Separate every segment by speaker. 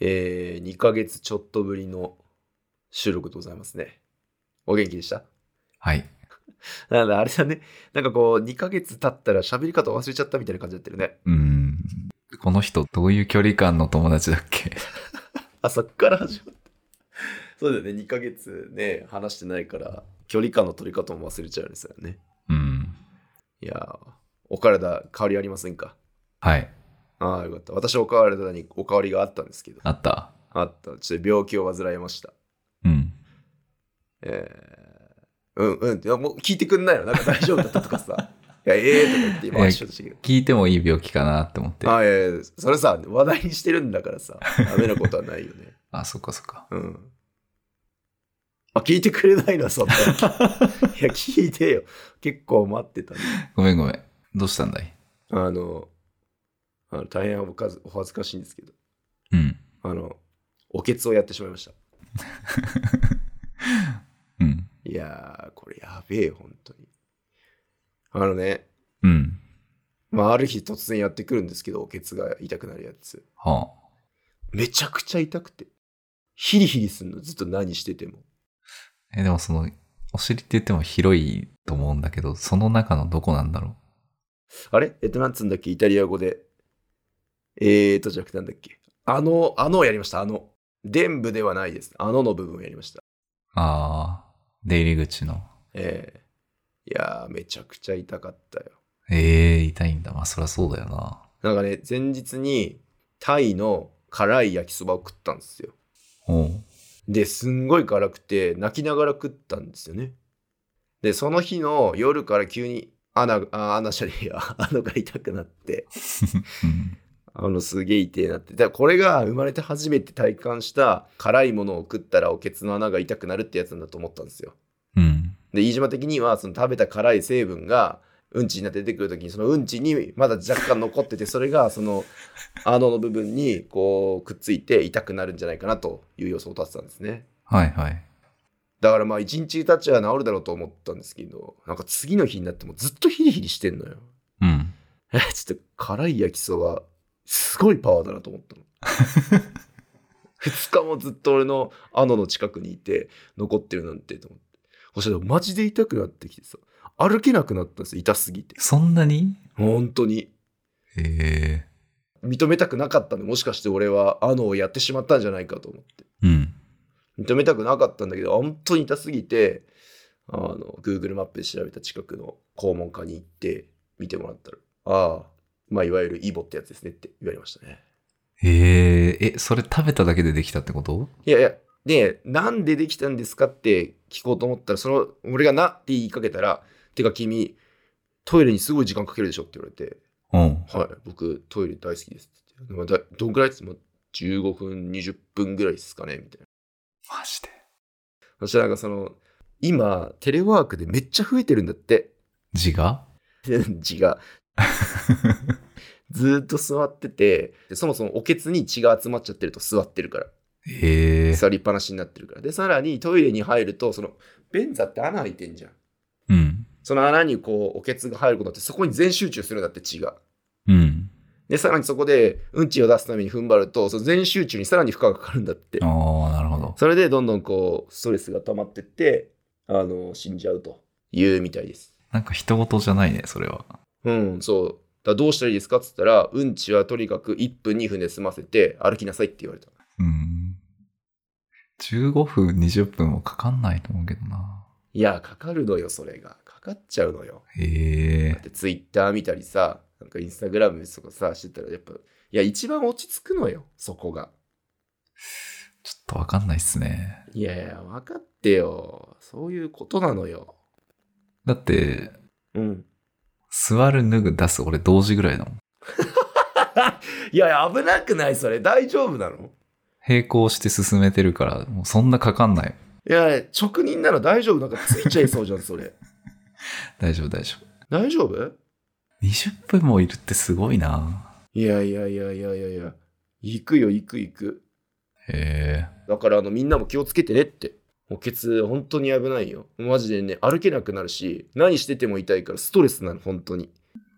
Speaker 1: えー、2ヶ月ちょっとぶりの収録でございますね。お元気でした
Speaker 2: はい。
Speaker 1: なんだ、あれだね。なんかこう、2ヶ月経ったら喋り方忘れちゃったみたいな感じになってるね。
Speaker 2: うーん。この人、どういう距離感の友達だっけ
Speaker 1: あ、そっから始まった。そうだよね、2ヶ月ね、話してないから、距離感の取り方も忘れちゃうんですよね。
Speaker 2: うん。
Speaker 1: いやー、お体変わりありませんか
Speaker 2: はい。
Speaker 1: ああ、よかった。私、お体にお変わりがあったんですけど。
Speaker 2: あった。
Speaker 1: あった。ちょっと病気を患いました。
Speaker 2: うん。
Speaker 1: えー、うんうんって、いやもう聞いてくんないのなんか大丈夫だったとかさ。 いや、ええとか言って今話しようとしたけど。
Speaker 2: 聞いてもいい病気かなって思って。
Speaker 1: あいやいやそれさ、話題にしてるんだからさ、ダメなことはないよね。
Speaker 2: あ、そっかそっか。
Speaker 1: うん。あ、聞いてくれないのそんな。いや、聞いてよ。結構待ってたね、
Speaker 2: ごめんごめん。どうしたんだい
Speaker 1: あの、あの大変おかずお恥ずかしいんですけど、
Speaker 2: うん。
Speaker 1: あの、おけつをやってしまいました。
Speaker 2: うん。
Speaker 1: いやー、これやべえよ、本当に。あのね、
Speaker 2: うん。
Speaker 1: まあ、ある日突然やってくるんですけど、おけつが痛くなるやつ。
Speaker 2: はあ。
Speaker 1: めちゃくちゃ痛くて。ヒリヒリすんの、ずっと何してても。
Speaker 2: え、でもその、お尻って言っても広いと思うんだけど、その中のどこなんだろ
Speaker 1: あれえっと、なんつうんだっけイタリア語で。えーと、じゃなくてなんだっけあの、あのをやりました、あの。伝部ではないです。あのの部分をやりました。
Speaker 2: う。ああ。出入り口の。
Speaker 1: ええいやー、めちゃくちゃ痛かったよ。
Speaker 2: ええ痛いんだ。まあ、そりゃそうだよな。
Speaker 1: なんかね、前日に、タイの辛い焼きそばを食ったんですよ。
Speaker 2: おう。
Speaker 1: で、すんごい辛くて、泣きながら食ったんですよね。で、その日の夜から急に、穴が、あ穴じゃねえや、穴が痛くなって、
Speaker 2: うん。
Speaker 1: あの、すげえ痛えなって。だからこれが生まれて初めて体感した、辛いものを食ったらおけつの穴が痛くなるってやつなんだと思ったんですよ。
Speaker 2: うん。
Speaker 1: で、飯島的には、その食べた辛い成分が、うんちになって出てくるときに、そのうんちにまだ若干残ってて、それが、その、穴の部分に、こう、くっついて痛くなるんじゃないかなという予想を立てたんですね。
Speaker 2: はいはい。
Speaker 1: だからまあ一日経っちゃ治るだろうと思ったんですけど、なんか次の日になってもずっとヒリヒリしてんのよ。
Speaker 2: うん。
Speaker 1: え、ちょっと辛い焼きそば、すごいパワーだなと思ったの。2日もずっと俺のあのの近くにいて、残ってるなんてと思って。そしたらマジで痛くなってきてさ、歩けなくなったんですよ、痛すぎて。
Speaker 2: そんなに
Speaker 1: 本当に。
Speaker 2: え
Speaker 1: 認めたくなかったんで、もしかして俺はあのをやってしまったんじゃないかと思って。
Speaker 2: えうん。
Speaker 1: 認めたくなかったんだけど、本当に痛すぎて、あの、Google マップで調べた近くの肛門科に行って、見てもらったら、ああ、まあ、いわゆるイボってやつですねって言われましたね。
Speaker 2: えええ、それ食べただけでできたってこと
Speaker 1: いやいや、で、なんでできたんですかって聞こうと思ったら、その、俺がなって言いかけたら、てか君、トイレにすごい時間かけるでしょって言われて、
Speaker 2: うん。
Speaker 1: はい、僕、トイレ大好きですって言って。まあだどんくらいって言っても、15分、20分ぐらいですかねみたいな。
Speaker 2: マジで。
Speaker 1: そしたらなんかその、今、テレワークでめっちゃ増えてるんだって。
Speaker 2: 字が
Speaker 1: 血 が。ずーっと座ってて、でそもそもおけつに血が集まっちゃってると座ってるから。
Speaker 2: ええ
Speaker 1: 座りっぱなしになってるから。で、さらにトイレに入ると、その、便座って穴開いてんじゃん。
Speaker 2: うん。
Speaker 1: その穴にこう、おけつが入ることによって、そこに全集中するんだって血が。
Speaker 2: うん。
Speaker 1: で、さらにそこで、うんちを出すために踏ん張ると、その全集中にさらに負荷がかかるんだって。
Speaker 2: ああ、なるほど。
Speaker 1: それでどんどんこう、ストレスが溜まってって、あの、死んじゃうというみたいです。
Speaker 2: なんか人事じゃないね、それは。
Speaker 1: うん、そう。だからどうしたらいいですかっつったら、うんちはとにかく1分2分で済ませて歩きなさいって言われた。
Speaker 2: うん。15分、20分もかかんないと思うけどな。
Speaker 1: いや、かかるのよ、それが。かかっちゃうのよ。
Speaker 2: え
Speaker 1: だっ
Speaker 2: え
Speaker 1: てツイッター見たりさ、なんかインスタグラムとかさ、してたらやっぱ、いや、一番落ち着くのよ、そこが。
Speaker 2: ちょっとわかんないっすね。
Speaker 1: いやいや、分かってよ。そういうことなのよ。
Speaker 2: だって、
Speaker 1: うん。
Speaker 2: 座る、脱ぐ、出す、俺同時ぐらいだもん。
Speaker 1: いやいや、危なくない、それ。大丈夫なの
Speaker 2: 並行して進めてるから、もうそんなかかんない。
Speaker 1: いや、直人なら大丈夫。なんかついちゃいそうじゃん、そ れ。
Speaker 2: 大丈夫、大丈夫。
Speaker 1: 大丈夫
Speaker 2: 20分もいるってすごいな。
Speaker 1: いやいやいやいやいやいや。行くよ、行く行く。
Speaker 2: へえ
Speaker 1: だからあのみんなも気をつけてねって。おケツ本当に危ないよ。マジでね、歩けなくなるし、何してても痛いからストレスなの、本当に。
Speaker 2: っ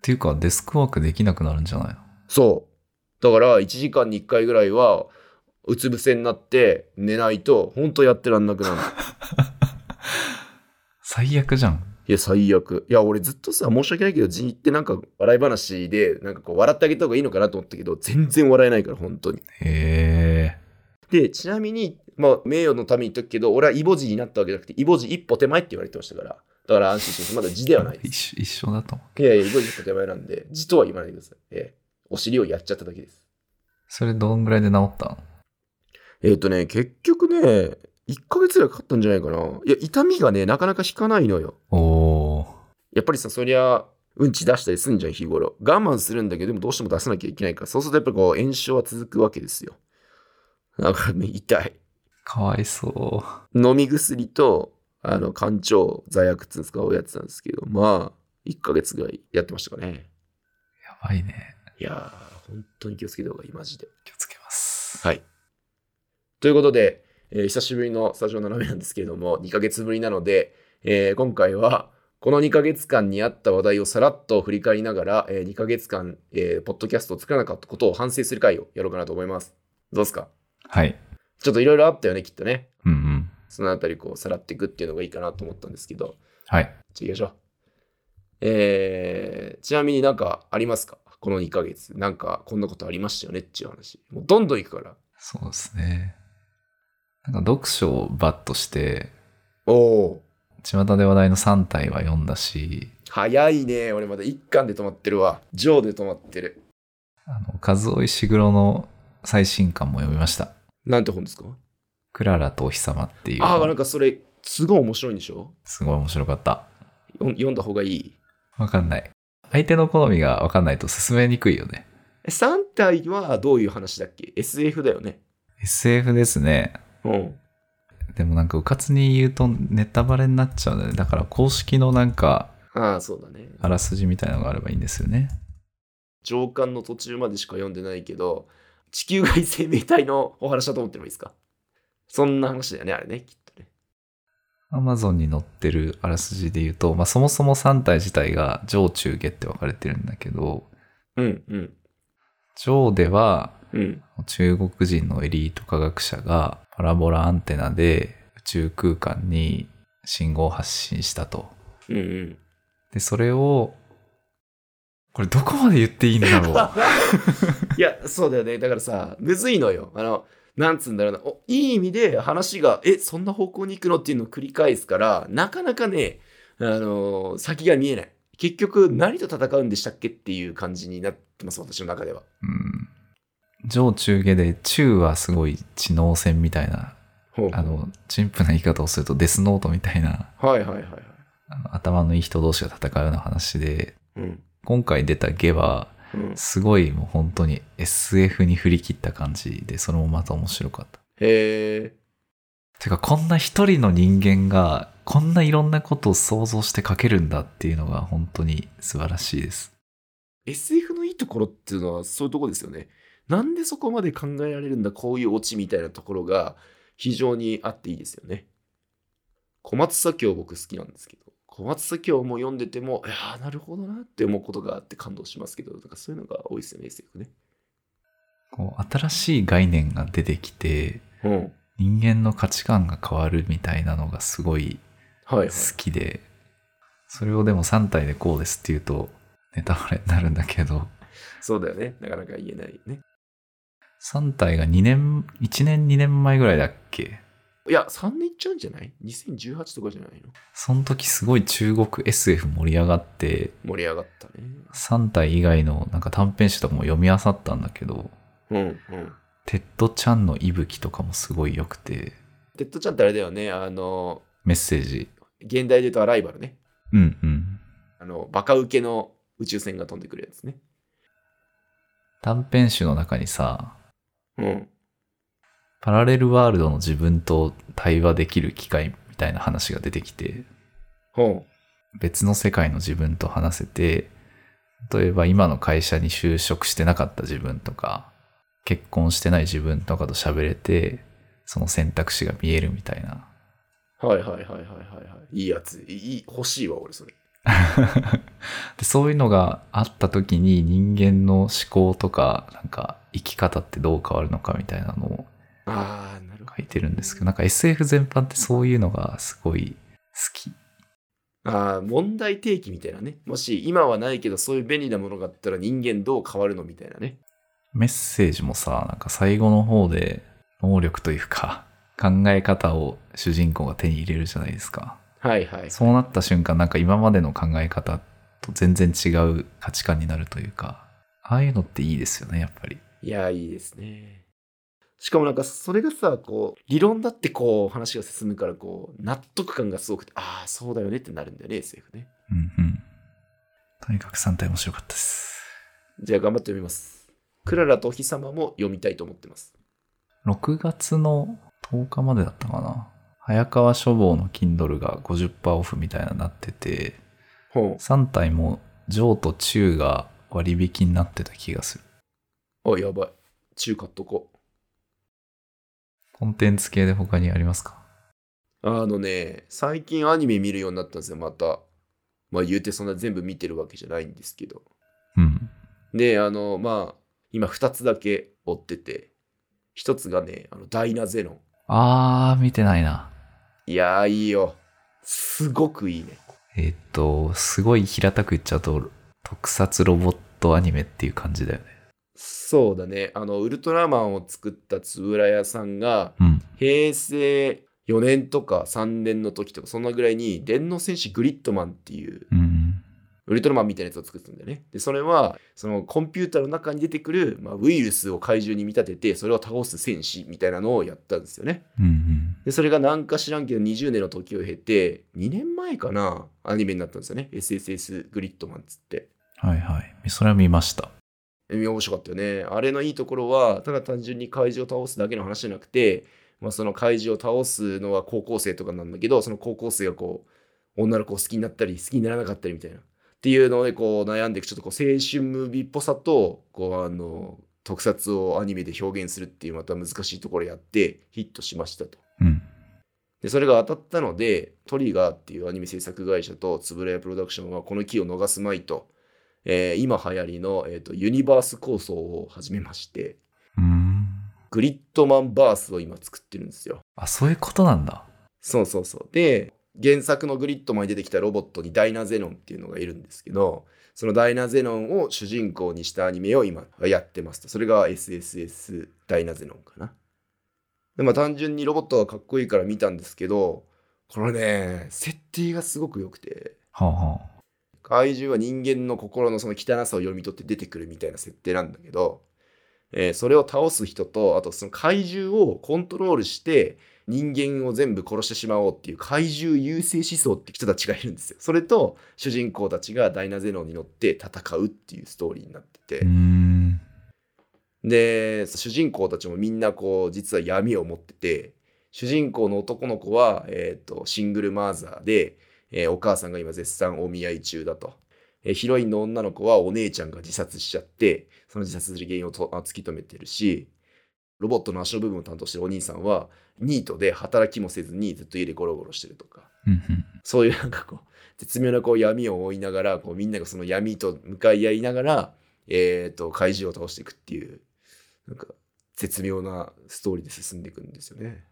Speaker 2: ていうか、デスクワークできなくなるんじゃないの
Speaker 1: そだから1時間に1回ぐらいはうつ伏せになって寝ないと本当やってらんなくなる
Speaker 2: 最悪じゃん。
Speaker 1: いや最悪いや俺ずっとさ申し訳ないけどジーってなんか笑い話でなんかこう笑ってあげた方がいいのかなと思ったけど全然笑えないから本当に
Speaker 2: へえ。
Speaker 1: でちなみにまあ名誉のために言っとくけど俺はイボジになったわけじゃなくてイボジ一歩手前って言われてましたからだから安心してくださいまだ字ではないです
Speaker 2: 一緒一緒だと思う。
Speaker 1: いやいや、イボジと手前なんで、字とは言わないでください。ええお尻をやっちゃっただけです。
Speaker 2: それどんぐらいで治ったの
Speaker 1: えっ、とね、結局ね、1ヶ月ぐらいかかったんじゃないかな。いや、痛みがね、なかなか引かないのよ。
Speaker 2: おー。
Speaker 1: やっぱりさ、そりゃ、うんち出したりすんじゃん、日頃。我慢するんだけど、でもどうしても出さなきゃいけないから、そうするとやっぱりこう、炎症は続くわけですよ。だからね、痛い。
Speaker 2: かわいそ
Speaker 1: 飲み薬と、あの、肝腸罪悪っていうんですか、おやつなんですけど、まあ、1ヶ月ぐらいやってましたかね。
Speaker 2: う。やばいね。
Speaker 1: いやー、本当に気をつけた方がいい、マジで。
Speaker 2: 気をつけます。
Speaker 1: はい。ということで、えー久しぶりのスタジオ斜めなんですけれども、2ヶ月ぶりなので、えー今回は、この2ヶ月間にあった話題をさらっと振り返りながら、え2ヶ月間、えーポッドキャストを作らなかったことを反省する回をやろうかなと思います。どうですか
Speaker 2: はい。
Speaker 1: ちょっといろいろあったよね、きっとね。
Speaker 2: うんうん。
Speaker 1: そのあたり、こう、さらっていくっていうのがいいかなと思ったんですけど、
Speaker 2: はい。
Speaker 1: じゃあ行きましょう。えーちなみになんかありますかこの2ヶ月。なんか、こんなことありましたよねっていう話。もうどんどんいくから。
Speaker 2: そうですね。なんか読書をバッとして、
Speaker 1: おお。
Speaker 2: 巷で話題の3体は読んだし、
Speaker 1: 早いね俺まだ一巻で止まってるわジョーで止まってる
Speaker 2: あの、数尾石黒の最新刊も読みました。
Speaker 1: なんて本ですか
Speaker 2: クララとお日様っていう。
Speaker 1: ああなんかそれすごい面白いんでしょ
Speaker 2: すごい面白かった。
Speaker 1: よん読んだ方がいい
Speaker 2: わかんない。相手の好みがわかんないと進めにくいよね。
Speaker 1: え三体はどういう話だっけ SF だよね
Speaker 2: SF ですね。
Speaker 1: うん
Speaker 2: でもなんか、うかつに言うとネタバレになっちゃうんだよね。だから公式のなんか、
Speaker 1: ああそうだね
Speaker 2: あらすじみたいのがあればいいんですよね。
Speaker 1: 上巻の途中までしか読んでないけど地球外生命体のお話だと思ってもいいですかそんな話だよねあれねきっとね
Speaker 2: Amazon に載ってるあらすじで言うと、まあそもそも3体自体が上中下って分かれてるんだけど、
Speaker 1: うんうん
Speaker 2: 上では
Speaker 1: うん
Speaker 2: 中国人のエリート科学者がパラボラアンテナで宇宙空間に信号を発信したと。
Speaker 1: うんうん
Speaker 2: で、それを、これどこまで言っていいんだろ う。
Speaker 1: いや、そうだ よね。だからさ、むずいのよ。あの、なんつうんだろうな。おいい意味で話が、え、そんな方向に行くのっていうのを繰り返すから、なかなかね、あのー先が見えない。結局、何と戦うんでしたっけっていう感じになってます、私の中では。
Speaker 2: うん。上中下で、中はすごい知能戦みたいな、
Speaker 1: ほう
Speaker 2: あの、陳腐な言い方をするとデスノートみたいな、
Speaker 1: はいはいはいはい。
Speaker 2: あの頭のいい人同士が戦うような話で、
Speaker 1: うん。
Speaker 2: 今回出た下は、
Speaker 1: うん、
Speaker 2: すごいもう本当に SF に振り切った感じで、それもまた面白かった。
Speaker 1: へえ。
Speaker 2: てかこんな一人の人間がこんないろんなことを想像して書けるんだっていうのが本当に素晴らしいです。
Speaker 1: SF のいいところっていうのはそういうところですよね。なんでそこまで考えられるんだ、こういうオチみたいなところが非常にあっていいですよね。小松左京僕好きなんですけど、小松左京も読んでても、いやーなるほどなって思うことがあって感動しますけど、なんかそういうのが多いですよね、SF ね。
Speaker 2: こう新しい概念が出てきて
Speaker 1: うん。
Speaker 2: 人間の価値観が変わるみたいなのがすごい
Speaker 1: はい、はい
Speaker 2: 好。きでそれをでも3体でこうですっていうとネタバレになるんだけど
Speaker 1: そうだよね。なかなか言えないね。
Speaker 2: 3体が2年1年2年前ぐらいだっけ
Speaker 1: いや、3年いっちゃうんじゃない ?2018 とかじゃないの
Speaker 2: その時すごい中国 SF 盛り上がって
Speaker 1: 盛り上がったね。
Speaker 2: 3体以外のなんか短編集とかも読み漁ったんだけど
Speaker 1: うん、うん。
Speaker 2: テッドちゃんの息吹とかもすごい良くて、
Speaker 1: テッドちゃんってあれだよね、あの、
Speaker 2: メッセージ。
Speaker 1: 現代で言うとアライバルね。
Speaker 2: うんうん。
Speaker 1: あの、バカウケの宇宙船が飛んでくるやつね。
Speaker 2: 短編集の中にさ、
Speaker 1: うん。
Speaker 2: パラレルワールドの自分と対話できる機会みたいな話が出てきて、
Speaker 1: ほ
Speaker 2: 別の世界の自分と話せて、例えば今の会社に就職してなかった自分とか、結婚してない自分とかと喋れて、その選択肢が見えるみたいな。
Speaker 1: う。はいはいはいはいはいはい。いいやつ。いい、欲しいわ、俺それ。
Speaker 2: でそういうのがあった時に人間の思考とかなんか生き方ってどう変わるのかみたいなのを
Speaker 1: ああ、なるほ
Speaker 2: 書いてるんですけど、なんか SF 全般ってそういうのがすごい好き。
Speaker 1: ど。ああ、問題提起みたいなね。もし今はないけど、そういう便利なものがあったら人間どう変わるのみたいなね。
Speaker 2: メッセージもさ、なんか最後の方で能力というか考え方を主人公が手に入れるじゃないですか。
Speaker 1: はいはい。
Speaker 2: そうなった瞬間、なんか今までの考え方と全然違う価値観になるというか、ああいうのっていいですよね、やっぱり。
Speaker 1: いやー、いいですね。しかもなんか、それがさ、こう、理論だってこう、話が進むから、こう、納得感がすごくて、ああ、そうだよねってなるんだよね、SF ね。
Speaker 2: うんうん。とにかく3体面白かったです。
Speaker 1: じゃあ、頑張って読みます。クララとお日様も読みたいと思ってます。
Speaker 2: 6月の10日までだったかな。早川書房の Kindle が50%オフみたいなのになってて、
Speaker 1: ほ
Speaker 2: 3体も上と中が割引になってた気がする。
Speaker 1: う。あ、やばい。中買っとこう。
Speaker 2: コンテンツ系で他にありますか
Speaker 1: あのね、最近アニメ見るようになったんですよ、また。まあ言うてそんな全部見てるわけじゃないんですけど。
Speaker 2: うん。
Speaker 1: で、あの、まあ、今2つだけ追ってて、1つがね、あのダイナゼノン。
Speaker 2: あー、見てないな。
Speaker 1: いやー、いいよ。すごくいいね。
Speaker 2: えーっと、すごい平たく言っちゃうと、特撮ロボットアニメっていう感じだよね。
Speaker 1: そうだね、あの、ウルトラマンを作った円谷さんが、
Speaker 2: うん。
Speaker 1: 平成4年とか3年の時とか、そんなぐらいに、電脳戦士グリッドマンっていう
Speaker 2: うん。
Speaker 1: ウルトラマンみたいなやつを作ってたんだよね。で、それは、そのコンピューターの中に出てくる、まあ、ウイルスを怪獣に見立てて、それを倒す戦士みたいなのをやったんですよね。
Speaker 2: うんうん。
Speaker 1: で、それがなんか知らんけど20年の時を経て、2年前かな、アニメになったんですよね。SSS グリッドマンっつって。
Speaker 2: はいはい。それは見ました。
Speaker 1: え面白かったよね。あれのいいところは、ただ単純に怪獣を倒すだけの話じゃなくて、まあ、その怪獣を倒すのは高校生とかなんだけど、その高校生がこう、女の子を好きになったり、好きにならなかったりみたいな。っていうのでこう悩んでいく、ちょっとこう青春ムービーっぽさと、こうあの、特撮をアニメで表現するっていうまた難しいところやってヒットしましたと。
Speaker 2: うん。
Speaker 1: で、それが当たったので、トリガーっていうアニメ制作会社と、つぶらやプロダクションはこの機を逃すまいと、えー今流行りの、えーとユニバース構想を始めまして、
Speaker 2: うーん。
Speaker 1: グリッドマンバースを今作ってるんですよ。
Speaker 2: あ、そういうことなんだ。
Speaker 1: そうそうそう。で、原作のグリッドマンに出てきたロボットにダイナゼノンっていうのがいるんですけど、そのダイナゼノンを主人公にしたアニメを今やってますと。それが SSS ダイナゼノンかな。でまあ単純にロボットがかっこいいから見たんですけど、これね、設定がすごく良くて、
Speaker 2: はあはあ。
Speaker 1: 怪獣は人間の心のその汚さを読み取って出てくるみたいな設定なんだけど、えーそれを倒す人とあとその怪獣をコントロールして人間を全部殺してしまおうっていう怪獣優勢思想って人たちがいるんですよそれと主人公たちがダイナゼノンに乗って戦うっていうストーリーになってて
Speaker 2: うー、ん。
Speaker 1: で主人公たちもみんなこう実は闇を持ってて主人公の男の子は、えー、とシングルマザーで、えーお母さんが今絶賛お見合い中だと、えーヒロインの女の子はお姉ちゃんが自殺しちゃってその自殺する原因をとあ突き止めてるしロボットの足の部分を担当してるお兄さんはニートで働きもせずにずっと家でゴロゴロしてるとか
Speaker 2: うんうん。
Speaker 1: そういうなんかこう、絶妙なこう闇を追いながら、こうみんながその闇と向かい合いながら、えっ、と、怪獣を倒していくっていう、なんか、絶妙なストーリーで進んでいくんですよね。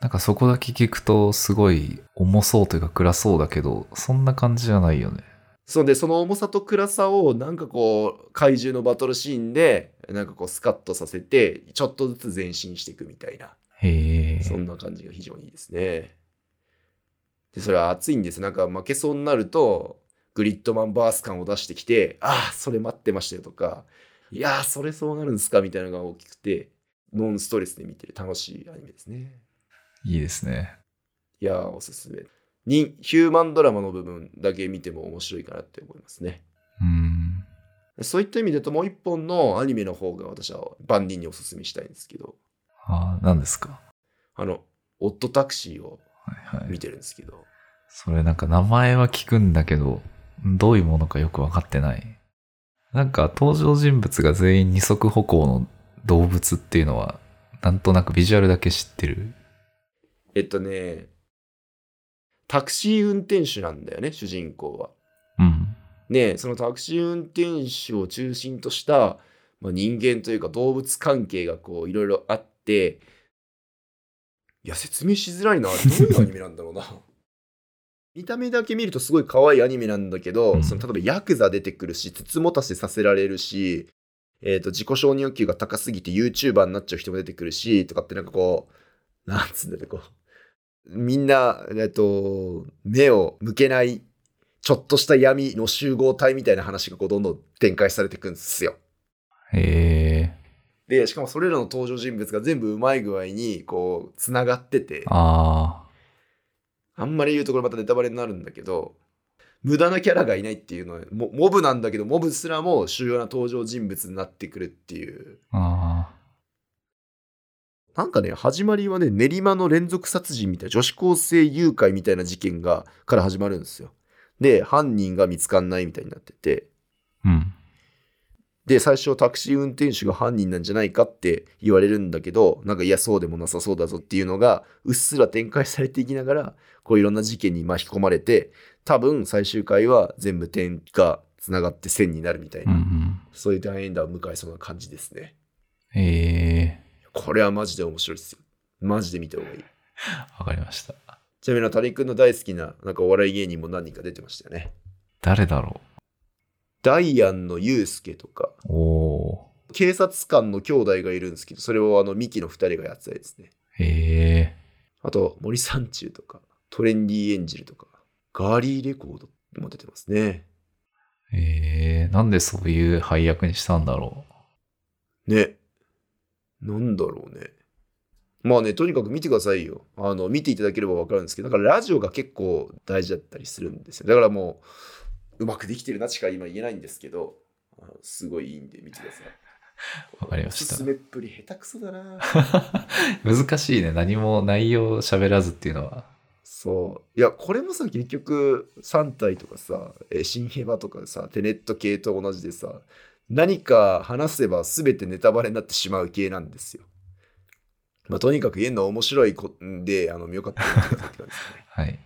Speaker 2: なんかそこだけ聞くと、すごい重そうというか暗そうだけど、そんな感じじゃないよね。
Speaker 1: そうで、その重さと暗さを、なんかこう、怪獣のバトルシーンで、なんかこう、スカッとさせて、ちょっとずつ前進していくみたいな。
Speaker 2: へえ。
Speaker 1: そんな感じが非常にいいですね。で、それは熱いんです。なんか負けそうになると、グリッドマンバース感を出してきて、ああ、それ待ってましたよとか、いやー、それそうなるんですかみたいなのが大きくて、ノンストレスで見てる楽しいアニメですね。
Speaker 2: いいですね。
Speaker 1: いやー、おすすめ。に、ヒューマンドラマの部分だけ見ても面白いかなって思いますね。
Speaker 2: うーん。
Speaker 1: そういった意味だともう一本のアニメの方が私は万人におすすめしたいんですけど、
Speaker 2: ああ、何ですか。
Speaker 1: あの、オットタクシーを
Speaker 2: はいはい。
Speaker 1: 見てるんですけど、
Speaker 2: それなんか名前は聞くんだけど、どういうものかよくわかってない。なんか登場人物が全員二足歩行の動物っていうのは、なんとなくビジュアルだけ知ってる。
Speaker 1: えっとね、タクシー運転手なんだよね、主人公は。
Speaker 2: うん。
Speaker 1: ねそのタクシー運転手を中心とした、ままあ、人間というか動物関係がこういろいろあっていや説明しづらいなあれどういうアニメなんだろうな見た目だけ見るとすごい可愛いアニメなんだけど、
Speaker 2: うん
Speaker 1: その例えばヤクザ出てくるしつつもたせさせられるし、えー、と自己承認欲求が高すぎて YouTuber になっちゃう人も出てくるしとかってなんかこうなんつうんだろうこうみんな、えっと、目を向けないちょっとした闇の集合体みたいな話がこうどんどん展開されていくんですよ。
Speaker 2: へえ
Speaker 1: で、しかもそれらの登場人物が全部うまい具合にこう、つながってて、あ
Speaker 2: あ
Speaker 1: んまり言うとこれまたネタバレになるんだけど、無駄なキャラがいないっていうのは、モモブなんだけど、モブすらも主要な登場人物になってくるっていう。
Speaker 2: ああ
Speaker 1: なんかね、始まりはね、練馬の連続殺人みたいな、女子高生誘拐みたいな事件が、から始まるんですよ。で、犯人が見つかんないみたいになってて、
Speaker 2: あうん
Speaker 1: で、最初タクシー運転手が犯人なんじゃないかって言われるんだけど、なんかいや、そうでもなさそうだぞっていうのが、うっすら展開されていきながら、こういろんな事件に巻き込まれて、多分最終回は全部点が繋がって線になるみたい
Speaker 2: うんう
Speaker 1: な、
Speaker 2: ん
Speaker 1: そういう大変だを迎えそうな感じですね。
Speaker 2: え
Speaker 1: これはマジで面白いですよ。マジで見た方がいい。
Speaker 2: えわかりました
Speaker 1: ちなみに、谷君の大好きな、なんかお笑い芸人も何人か出てましたよね。
Speaker 2: 誰だろ
Speaker 1: ダイアンのユうスケとか、
Speaker 2: うおお
Speaker 1: 警察官の兄弟がいるんですけど、それをあの、ミキの二人がやってたりですね。
Speaker 2: へえ
Speaker 1: あと、森三中とか、トレンディエンジェルとか、ガーリーレコードも出てますね。
Speaker 2: ええなんでそういう配役にしたんだろ
Speaker 1: ね。なんだろうね。まあね、とにかく見てくださいよ。あの、見ていただければわかるんですけど、だからラジオが結構大事だったりするんですよ。だからもう、うまくできてるなしか今言えないんですけど、あのすごいいいんで見てください。
Speaker 2: わかりました
Speaker 1: おすすめっぷり下手くそだな。
Speaker 2: う難しいね何も内容喋らずっていうのは
Speaker 1: そういやこれもさ結局3体とかさえー新ヘバとかさテネット系と同じでさ何か話せば全てネタバレになってしまう系なんですよ。まあ、とにかく言えるのは面白いこんであのよかったら見てくださいって感じ ですね
Speaker 2: はい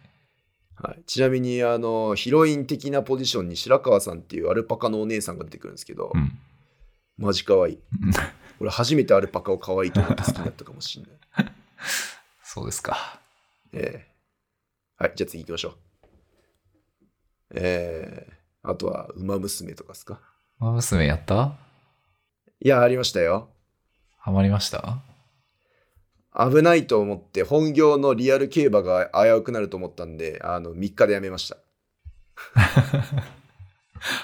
Speaker 1: はい、ちなみにあのヒロイン的なポジションに白川さんっていうアルパカのお姉さんが出てくるんですけど、
Speaker 2: うん
Speaker 1: マジ可愛い
Speaker 2: うん
Speaker 1: 俺初めてアルパカを可愛いと思って好きになったかもしれない。
Speaker 2: そうですか
Speaker 1: ええはい、じゃあ次行きましょう。ええあとは、ウマ娘とかですか。
Speaker 2: ウマ娘やった
Speaker 1: いや、ありましたよ。
Speaker 2: ハマりました
Speaker 1: 危ないと思って、本業のリアル競馬が危うくなると思ったんで、あの、3日でやめました。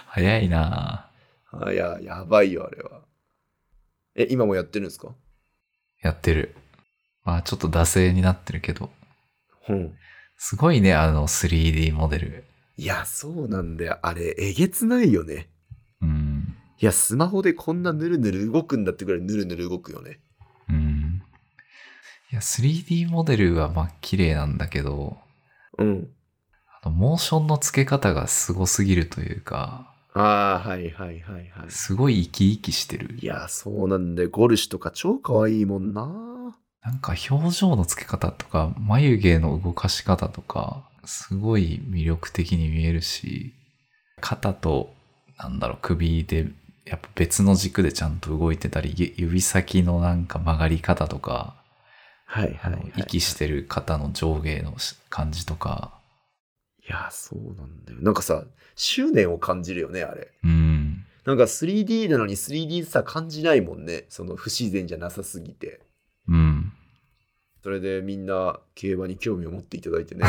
Speaker 2: 早いな
Speaker 1: あいや、やばいよ、あれは。え、今もやってるんですか
Speaker 2: やってるまあちょっと惰性になってるけど
Speaker 1: うん。
Speaker 2: すごいねあの 3D モデル
Speaker 1: いや、そうなんだよ。あれ、えげつないよね。
Speaker 2: うん
Speaker 1: いや、スマホでこんなぬるぬる動くんだってぐらいぬるぬる動くよね。
Speaker 2: うんいや 3D モデルはまあ綺麗なんだけど
Speaker 1: うん。
Speaker 2: あのモーションの付け方がすごすぎるというか
Speaker 1: ああ、はいはいはいはい。
Speaker 2: すごい生き生きしてる
Speaker 1: いや、そうなんだよ。ゴルシュとか超可愛いもんな。
Speaker 2: なんか表情のつけ方とか、眉毛の動かし方とか、すごい魅力的に見えるし、肩と、なんだろう、首で、やっぱ別の軸でちゃんと動いてたり、ゆ指先のなんか曲がり方とか、
Speaker 1: はい
Speaker 2: あの息してる肩の上下のし感じとか、
Speaker 1: いや、そうなんだよ。なんかさ、執念を感じるよね、あれ。
Speaker 2: うん、
Speaker 1: なんか 3D なのに 3D さ感じないもんね。その不自然じゃなさすぎて。
Speaker 2: うん、
Speaker 1: それでみんな競馬に興味を持っていただい てね。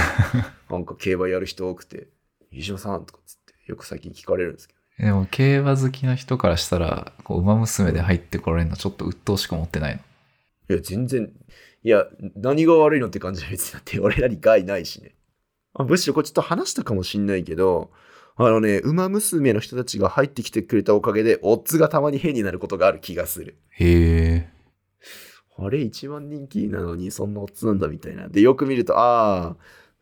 Speaker 1: なんか競馬やる人多くて、飯島さんとかっつって、よく最近聞かれるんですけど。
Speaker 2: でも、競馬好きの人からしたら、こう、馬娘で入ってこられるのちょっと鬱陶しく思ってないの。
Speaker 1: いや、全然、いや、何が悪いのって感じは別にだって、俺らに害ないしね。あむしろこれちょっと話したかもしんないけど、あのね、馬娘の人たちが入ってきてくれたおかげで、オッズがたまに変になることがある気がする。
Speaker 2: へえ、
Speaker 1: あれ、一番人気なのに、そんなオッズなんだみたいな。で、よく見ると、ああ、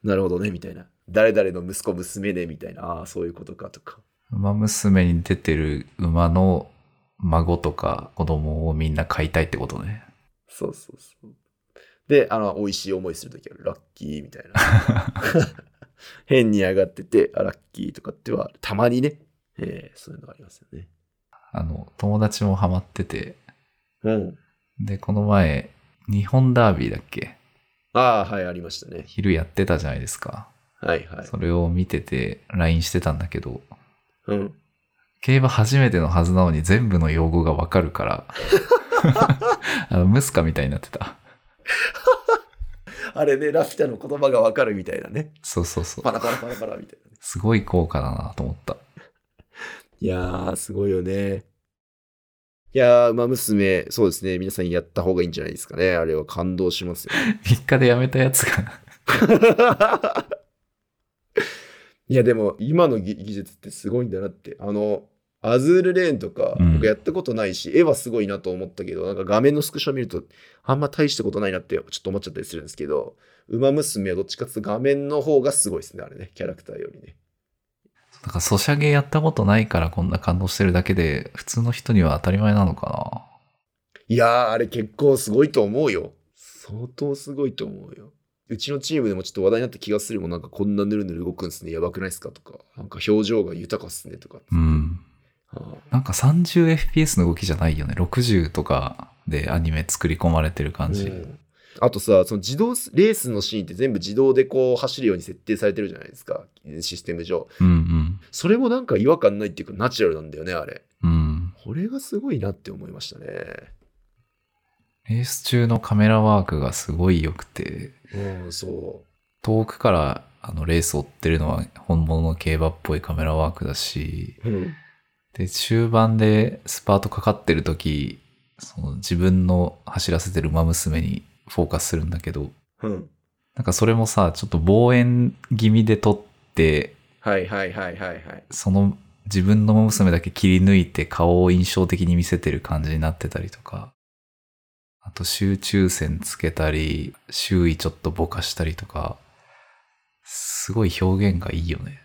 Speaker 1: なるほどね、みたいな。誰々の息子娘ね、みたいな。ああ、そういうことか、とか。
Speaker 2: 馬娘に出てる馬の孫とか子供をみんな飼いたいってことね。
Speaker 1: そうそうそう。で、あの、美味しい思いするときは、ラッキーみたい な。変に上がってて、あ、ラッキーとかっては、たまにね、えーそういうのがありますよね。
Speaker 2: あの、友達もハマってて、
Speaker 1: うん。
Speaker 2: で、この前、日本ダービーだっけ
Speaker 1: ああ、はい、ありましたね。
Speaker 2: 昼やってたじゃないですか。
Speaker 1: はいはい。
Speaker 2: それを見てて、LINE してたんだけど、
Speaker 1: うん。
Speaker 2: 競馬初めてのはずなのに全部の用語がわかる から、あのムスカみたいになってた。
Speaker 1: あれね、ラピュタの言葉がわかるみたいなね。
Speaker 2: そうそうそう
Speaker 1: パ。ラパラパラパラみたいなね。
Speaker 2: すごい効果だなと思った。
Speaker 1: いやー、すごいよね。いやー、馬娘、そうですね。皆さんやった方がいいんじゃないですかね。あれは感動しますよ。
Speaker 2: 3日でやめたやつが。
Speaker 1: いや、でも、今の技技術ってすごいんだなって。あの、アズールレーンとか、
Speaker 2: うん
Speaker 1: 僕やったことないし、絵はすごいなと思ったけど、なんか画面のスクショ見ると、あんま大したことないなって、ちょっと思っちゃったりするんですけど、馬娘はどっちかっていうと画面の方がすごいですね、あれね、キャラクターよりね。
Speaker 2: だからソシャゲやったことないからこんな感動してるだけで、普通の人には当たり前なのか
Speaker 1: いやー、あれ結構すごいと思うよ。相当すごいと思うよ。うちのチームでもちょっと話題になった気がするもん、なんかこんなぬるぬる動くんすね、やばくないですかとか、なんか表情が豊かっすねとか。
Speaker 2: なうん。
Speaker 1: あ
Speaker 2: なんか 30fps の動きじゃないよね。60とかでアニメ作り込まれてる感じ。
Speaker 1: うんあとさその自動スレースのシーンって全部自動でこう走るように設定されてるじゃないですかシステム上
Speaker 2: うん
Speaker 1: それもなんか違和感ないっていうかナチュラルなんだよねあれ
Speaker 2: うん。うん。
Speaker 1: これがすごいなって思いましたね
Speaker 2: レース中のカメラワークがすごい良くて、
Speaker 1: うんそ
Speaker 2: 遠くからあのレース追ってるのは本物の競馬っぽいカメラワークだし、
Speaker 1: う、うん、
Speaker 2: で、中盤でスパートかかってる時、その自分の走らせてる馬娘にフォーカスするんだけど、
Speaker 1: うん、
Speaker 2: なんかそれもさ、ちょっと望遠気味で撮って、
Speaker 1: はいはいはいはいはい
Speaker 2: その自分の馬娘だけ切り抜いて顔を印象的に見せてる感じになってたりとか、あと集中線つけたり、周囲ちょっとぼかしたりとか、すごい表現がいいよね。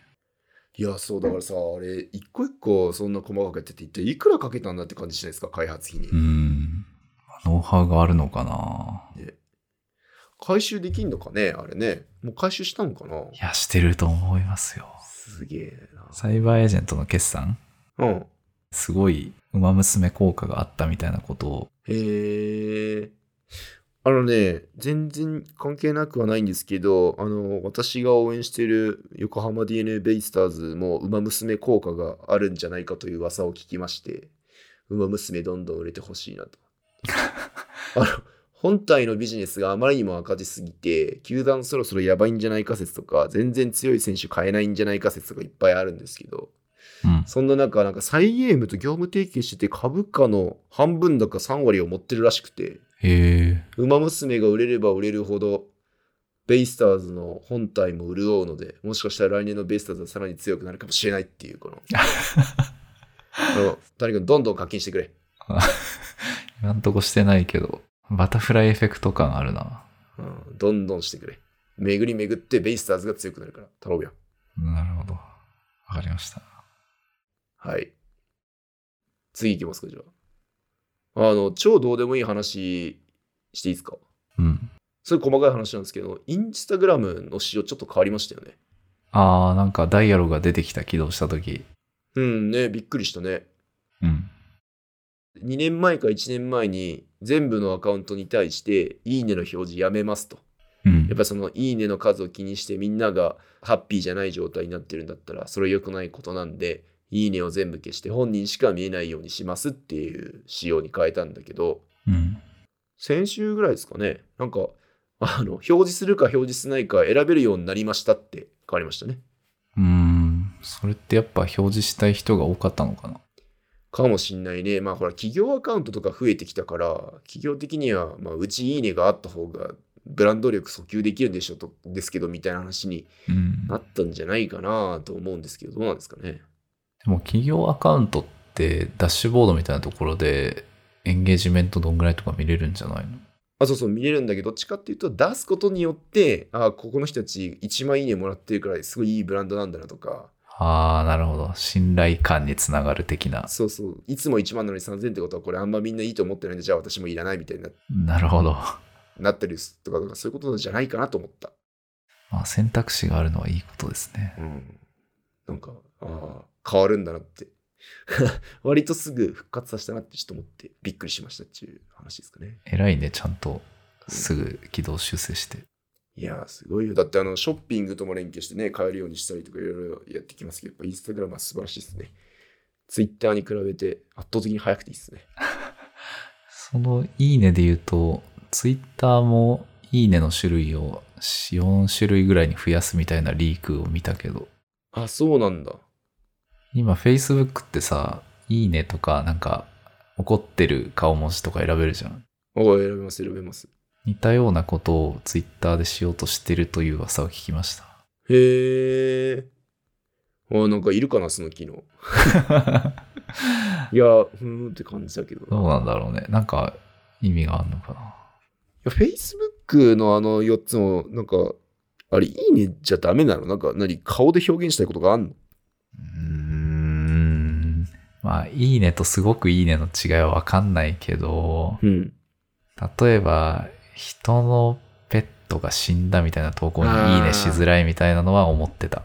Speaker 1: いやそうだからさあれ一個一個そんな細かくやってて一体いくらかけたんだって感じじゃないですか開発費に、
Speaker 2: うん。ノウハウがあるのかな
Speaker 1: 回収できんのかねあれねもう回収したのかない
Speaker 2: や、してると思いますよ。
Speaker 1: すげえ
Speaker 2: サイバーエージェントの決算
Speaker 1: なうん
Speaker 2: すごい、馬娘効果があったみたいなことを。
Speaker 1: へえ。あのね、全然関係なくはないんですけど、あの、私が応援している横浜 DNA ベイスターズも、馬娘効果があるんじゃないかという噂を聞きまして、馬娘どんどん売れてほしいなと。あの、本体のビジネスがあまりにも赤字すぎて、球団そろそろやばいんじゃないか説とか、全然強い選手買えないんじゃないか説とかいっぱいあるんですけど、
Speaker 2: うん。
Speaker 1: そんな中、なんかサイ・エームと業務提携してて株価の半分だか3割を持ってるらしくて、
Speaker 2: へえ。
Speaker 1: ウマ娘が売れれば売れるほど、ベイスターズの本体も潤うので、もしかしたら来年のベイスターズはさらに強くなるかもしれないっていう、この。あの、谷君、どんどん課金してくれ。
Speaker 2: 今んとこしてないけど、バタフライエフェクト感あるな。
Speaker 1: うん、どんどんしてくれ。巡り巡ってベイスターズが強くなるから、頼むよ。
Speaker 2: なるほど。わかりました。
Speaker 1: はい。次行きますか、じゃあ。あの、超どうでもいい話していいですか
Speaker 2: うん。
Speaker 1: それ細かい話なんですけど、インスタグラムの仕様ちょっと変わりましたよね。
Speaker 2: あー、なんかダイアログが出てきた、起動したとき。
Speaker 1: うんね、びっくりしたね。
Speaker 2: うん。
Speaker 1: 2年前か1年前に全部のアカウントに対して「いいね」の表示やめますと。
Speaker 2: うん。
Speaker 1: やっぱりその「いいね」の数を気にしてみんながハッピーじゃない状態になってるんだったらそれ良くないことなんで「いいね」を全部消して本人しか見えないようにしますっていう仕様に変えたんだけど
Speaker 2: うん。
Speaker 1: 先週ぐらいですかねなんかあの表示するか表示しないか選べるようになりましたって変わりましたね。
Speaker 2: うーん。それってやっぱ表示したい人が多かったのかな。
Speaker 1: かもしんないね。まあほら、企業アカウントとか増えてきたから、企業的には、まあ、うちいいねがあった方が、ブランド力訴求できるんでしょと、ですけど、みたいな話に
Speaker 2: うん。
Speaker 1: なったんじゃないかなと思うんですけど、どうなんですかね。
Speaker 2: でも企業アカウントってダッシュボードみたいなところでエンゲージメントどんぐらいとか見れるんじゃないの
Speaker 1: あ、そうそう、見れるんだけど、どっちかっていうと、出すことによって、あ、ここの人たち1万いいねもらってるくらい、すごいいいブランドなんだなとか、
Speaker 2: ああ、なるほど。信頼感につながる的な。
Speaker 1: そうそう、いつも1万なのに3000ってことは、これあんまみんないいと思ってないんで、じゃあ私もいらないみたいにな
Speaker 2: なるほど。
Speaker 1: なったりすとかとか、そういうことじゃないかなと思った。
Speaker 2: まあ選択肢があるのはいいことですね。
Speaker 1: うん、なんかああ変わるんだなって 割とすぐ復活させたなってちょっと思ってびっくりしましたっていう話ですかね。
Speaker 2: 偉いね、ちゃんとすぐ軌道修正して。
Speaker 1: いやーすごいよ。だってあのショッピングとも連携してね、買えるようにしたりとかいろいろやってきますけど、やっぱインスタグラムは素晴らしいですね。ツイッターに比べて圧倒的に早くていいですね。
Speaker 2: そのいいねで言うと、ツイッターもいいねの種類を4種類ぐらいに増やすみたいなリークを見たけど、
Speaker 1: あ、そうなんだ。
Speaker 2: 今 Facebook ってさ、いいねとかなんか怒ってる顔文字とか選べるじゃん。
Speaker 1: お選べます、選べます。
Speaker 2: 似たようなことをツイッターでしようとしてるという噂を聞きました。
Speaker 1: へえ。あ、なんかいるかな、その機能。いやー、ふーんって感じだけど。
Speaker 2: どうなんだろうね。なんか意味があるのかな。
Speaker 1: いや、Facebook のあの4つも、なんか、あれ、いいねじゃダメなのなんか、何、顔で表現したいことがあんの
Speaker 2: うーん。まあ、いいねとすごくいいねの違いはわかんないけど、
Speaker 1: うん。
Speaker 2: 例えば、人のペットが死んだみたいな投稿に
Speaker 1: あー
Speaker 2: いいねしづらいみたいなのは思ってた。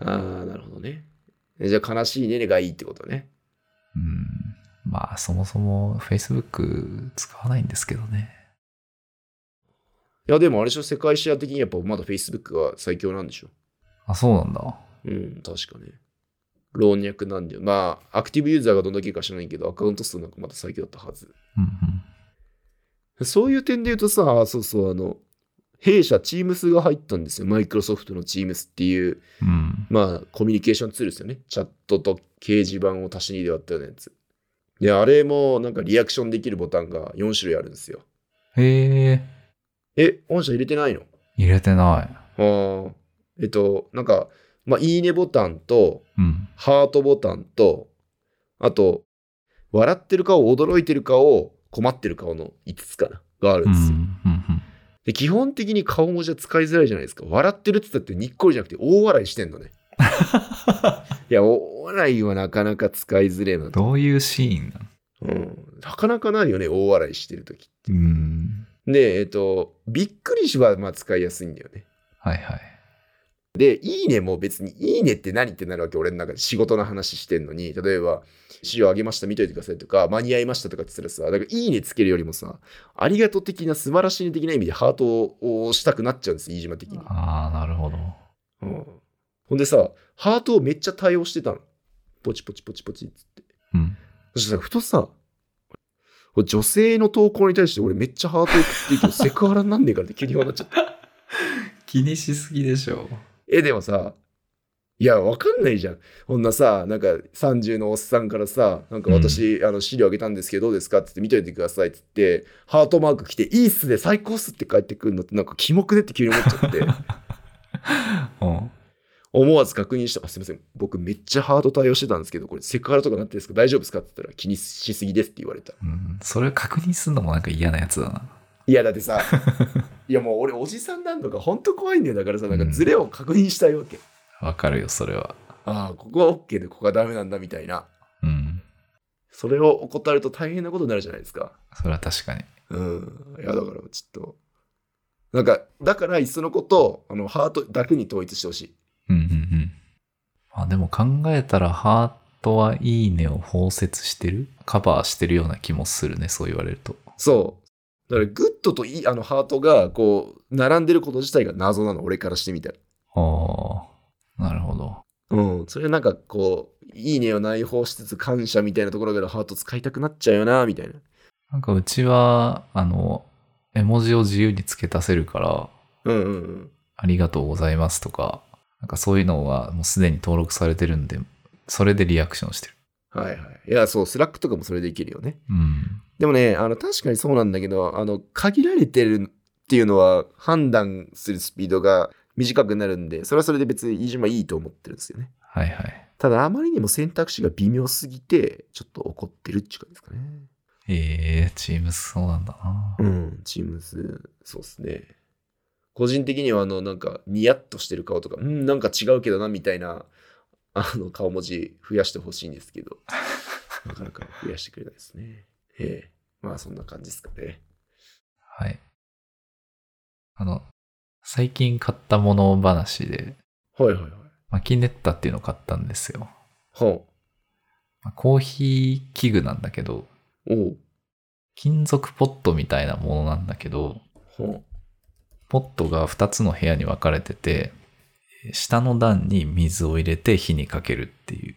Speaker 1: あー、なるほどね。えじゃあ、悲しいねがいいってことね。
Speaker 2: うん。まあ、そもそも Facebook 使わないんですけどね。
Speaker 1: いや、でもあれでしょ、世界シェア的にやっぱまだ Facebook が最強なんでしょ。
Speaker 2: あ、そうなんだ。
Speaker 1: うん、確かね。老若男女。まあ、アクティブユーザーがどんだけいるか知らないけど、アカウント数なんかまだ最強だったはず。
Speaker 2: うんうん。
Speaker 1: そういう点で言うとさ、そうそう、あの、弊社 Teams が入ったんですよ。マイクロソフトの Teams っていう、
Speaker 2: うん。
Speaker 1: まあ、コミュニケーションツールですよね。チャットと掲示板を足しにで割ったようなやつ。で、あれもなんかリアクションできるボタンが4種類あるんですよ。
Speaker 2: へえ、
Speaker 1: え、御社入れてないの
Speaker 2: 入れてない。
Speaker 1: ああ。えっと、なんか、まあ、いいねボタンと、
Speaker 2: うん。
Speaker 1: ハートボタンと、あと、笑ってる顔、驚いてる顔、困ってる顔の5つかな、がある
Speaker 2: うんん。う
Speaker 1: ですよ。
Speaker 2: んうん。
Speaker 1: で、基本的に顔文字は使いづらいじゃないですか。笑ってるって言ったってにっこりじゃなくて大笑いしてん のね。いや、大笑いはなかなか使いづれえなと。
Speaker 2: どういうシーンなの
Speaker 1: うん。なかなかないよね、大笑いしてるとき。
Speaker 2: うん。
Speaker 1: で、えっと、びっくりしはまあ使いやすいんだよね。
Speaker 2: はいはい。
Speaker 1: で、いいねも別に、いいねって何ってなるわけ、俺の中で仕事の話してんのに、例えば、資料あげました、見といてくださいとか、間に合いましたとかって言ったらさ、だからいいねつけるよりもさ、ありがとう的な素晴らしいね的な意味でハートを押したくなっちゃうんです、飯島的に。
Speaker 2: ああ、なるほど。
Speaker 1: うんほんでさ、ハートをめっちゃ対応してたの。ポチポチポチポチっつって。
Speaker 2: うん。
Speaker 1: そしたらふとさ、これ女性の投稿に対して俺めっちゃハート送っていい けどセクハラになんねえからって急に言わなっちゃった。
Speaker 2: 気にしすぎでしょ。
Speaker 1: え、でもさ、いや、わかんないじゃん。こんなさ、なんか30のおっさんからさ、なんか私、あの資料あげたんですけどどうですかって言って見といてくださいって言って、ハートマーク来て、いいっすね、最高っすって帰ってくるのってなんかキモくねって急に思っちゃって。
Speaker 2: うん。
Speaker 1: 思わず確認した。あすみません。僕めっちゃハード対応してたんですけど、これセクハラとかなってるんですか大丈夫ですかって言ったら気にしすぎですって言われた。
Speaker 2: うん。それを確認するのもなんか嫌なやつだな。
Speaker 1: いや、だって さ、いやもう俺おじさんなんのか本当怖いんだよ。だからさ、なんかズレを確認したいわけ。
Speaker 2: わかるよ、それは。
Speaker 1: ああ、ここは OK でここはダメなんだみたいな。
Speaker 2: うん。
Speaker 1: それを怠ると大変なことになるじゃないですか。
Speaker 2: それは確かに。
Speaker 1: うん。いや、だからちょっと。なんか、だからいっそのこと、あの、ハートだけに統一してほしい。
Speaker 2: うんうんうん。まあでも考えたら、ハートはいいねを包摂してるカバーしてるような気もするね、そう言われると。
Speaker 1: そう。だから、グッドといい、あの、ハートが、こう、並んでること自体が謎なの、俺からしてみたら。
Speaker 2: ああ、なるほど。
Speaker 1: うん、それはなんかこう、いいねを内包しつつ感謝みたいなところからハート使いたくなっちゃうよな、みたいな。
Speaker 2: なんかうちは、あの、絵文字を自由に付け足せるか
Speaker 1: う
Speaker 2: ら、
Speaker 1: んうんうん。
Speaker 2: ありがとうございますとか、なんかそういうのはもうすでに登録されてるんで、それでリアクションしてる。
Speaker 1: はいはい。いや、そう、スラックとかもそれできるよね。
Speaker 2: うん。
Speaker 1: でもね、あの、確かにそうなんだけど、あの、限られてるっていうのは判断するスピードが短くなるんで、それはそれで別に飯島いいと思ってるんですよね。
Speaker 2: はいはい。
Speaker 1: ただ、あまりにも選択肢が微妙すぎて、ちょっと怒ってるっていうかですかね。
Speaker 2: ええチームそうなんだな。
Speaker 1: うん、チームズ、そうですね。個人的には、あの、なんか、ニヤッとしてる顔とか、うん、なんか違うけどな、みたいな、あの、顔文字増やしてほしいんですけ ど、なかなか増やしてくれないですね。ええ。まあ、そんな感じですかね。
Speaker 2: はい。あの、最近買ったもの話で、
Speaker 1: はいはいはい。
Speaker 2: マキネッタっていうのを買ったんですよ。
Speaker 1: ほ
Speaker 2: まあコーヒー器具なんだけど、
Speaker 1: おう
Speaker 2: 金属ポットみたいなものなんだけど、
Speaker 1: ほう
Speaker 2: ポットが2つの部屋に分かれてて、えー下の段に水を入れて火にかけるっていう。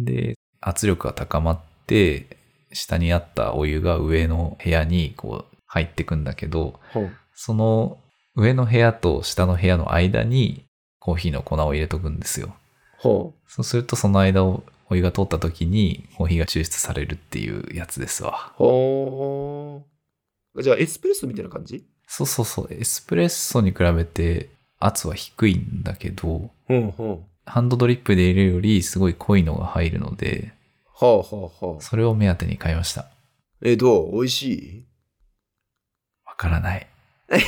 Speaker 2: で、圧力が高まって、下にあったお湯が上の部屋にこう入ってくんだけど、
Speaker 1: ほう
Speaker 2: その上の部屋と下の部屋の間にコーヒーの粉を入れとくんですよ。
Speaker 1: ほ
Speaker 2: そうするとその間をお湯が通った時にコーヒーが抽出されるっていうやつですわ
Speaker 1: う。ほうじゃあエスプレッソみたいな感じ
Speaker 2: そうそうそう。エスプレッソに比べて圧は低いんだけど、
Speaker 1: うんうん
Speaker 2: ハンドドリップで入れるよりすごい濃いのが入るので、
Speaker 1: はあはあはあ
Speaker 2: それを目当てに買いました。
Speaker 1: えどう美味しい
Speaker 2: わからない。
Speaker 1: なん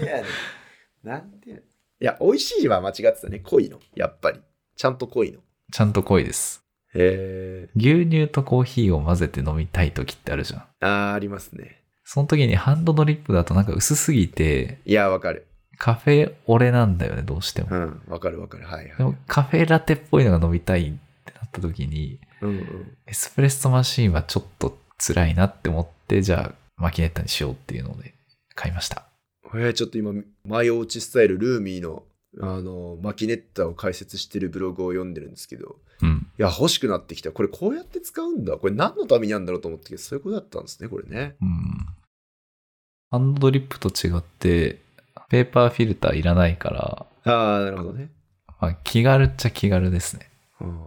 Speaker 1: でやねんなんでやねんいや美味しいは間違ってたね濃いのやっぱりちゃんと濃いの
Speaker 2: ちゃんと濃いです。
Speaker 1: へえ
Speaker 2: 牛乳とコーヒーを混ぜて飲みたい時ってあるじゃん。
Speaker 1: あーありますね
Speaker 2: その時にハンドドリップだとなんか薄すぎて、
Speaker 1: いやわかる
Speaker 2: カフェオレなんだよね、どうしても
Speaker 1: う。んわかるわかるはいはい
Speaker 2: でもカフェラテっぽいのが飲みたいってなった時に、
Speaker 1: うんうん
Speaker 2: エスプレッソマシンはちょっと辛いなって思って、じゃあマキネッタにしようっていうので買いました。
Speaker 1: えーちょっと今前落ちスタイルルーミーのあのマキネッタを解説してるブログを読んでるんですけど
Speaker 2: うん。
Speaker 1: いや欲しくなってきたこれこうやって使うんだこれ何のためにあるんだろうと思ったけどそういうことだったんですねこれね
Speaker 2: うん。ハンドドリップと違って、ペーパーフィルターいらないから、
Speaker 1: ああなるほどね、
Speaker 2: まあ、気軽っちゃ気軽ですね。
Speaker 1: うん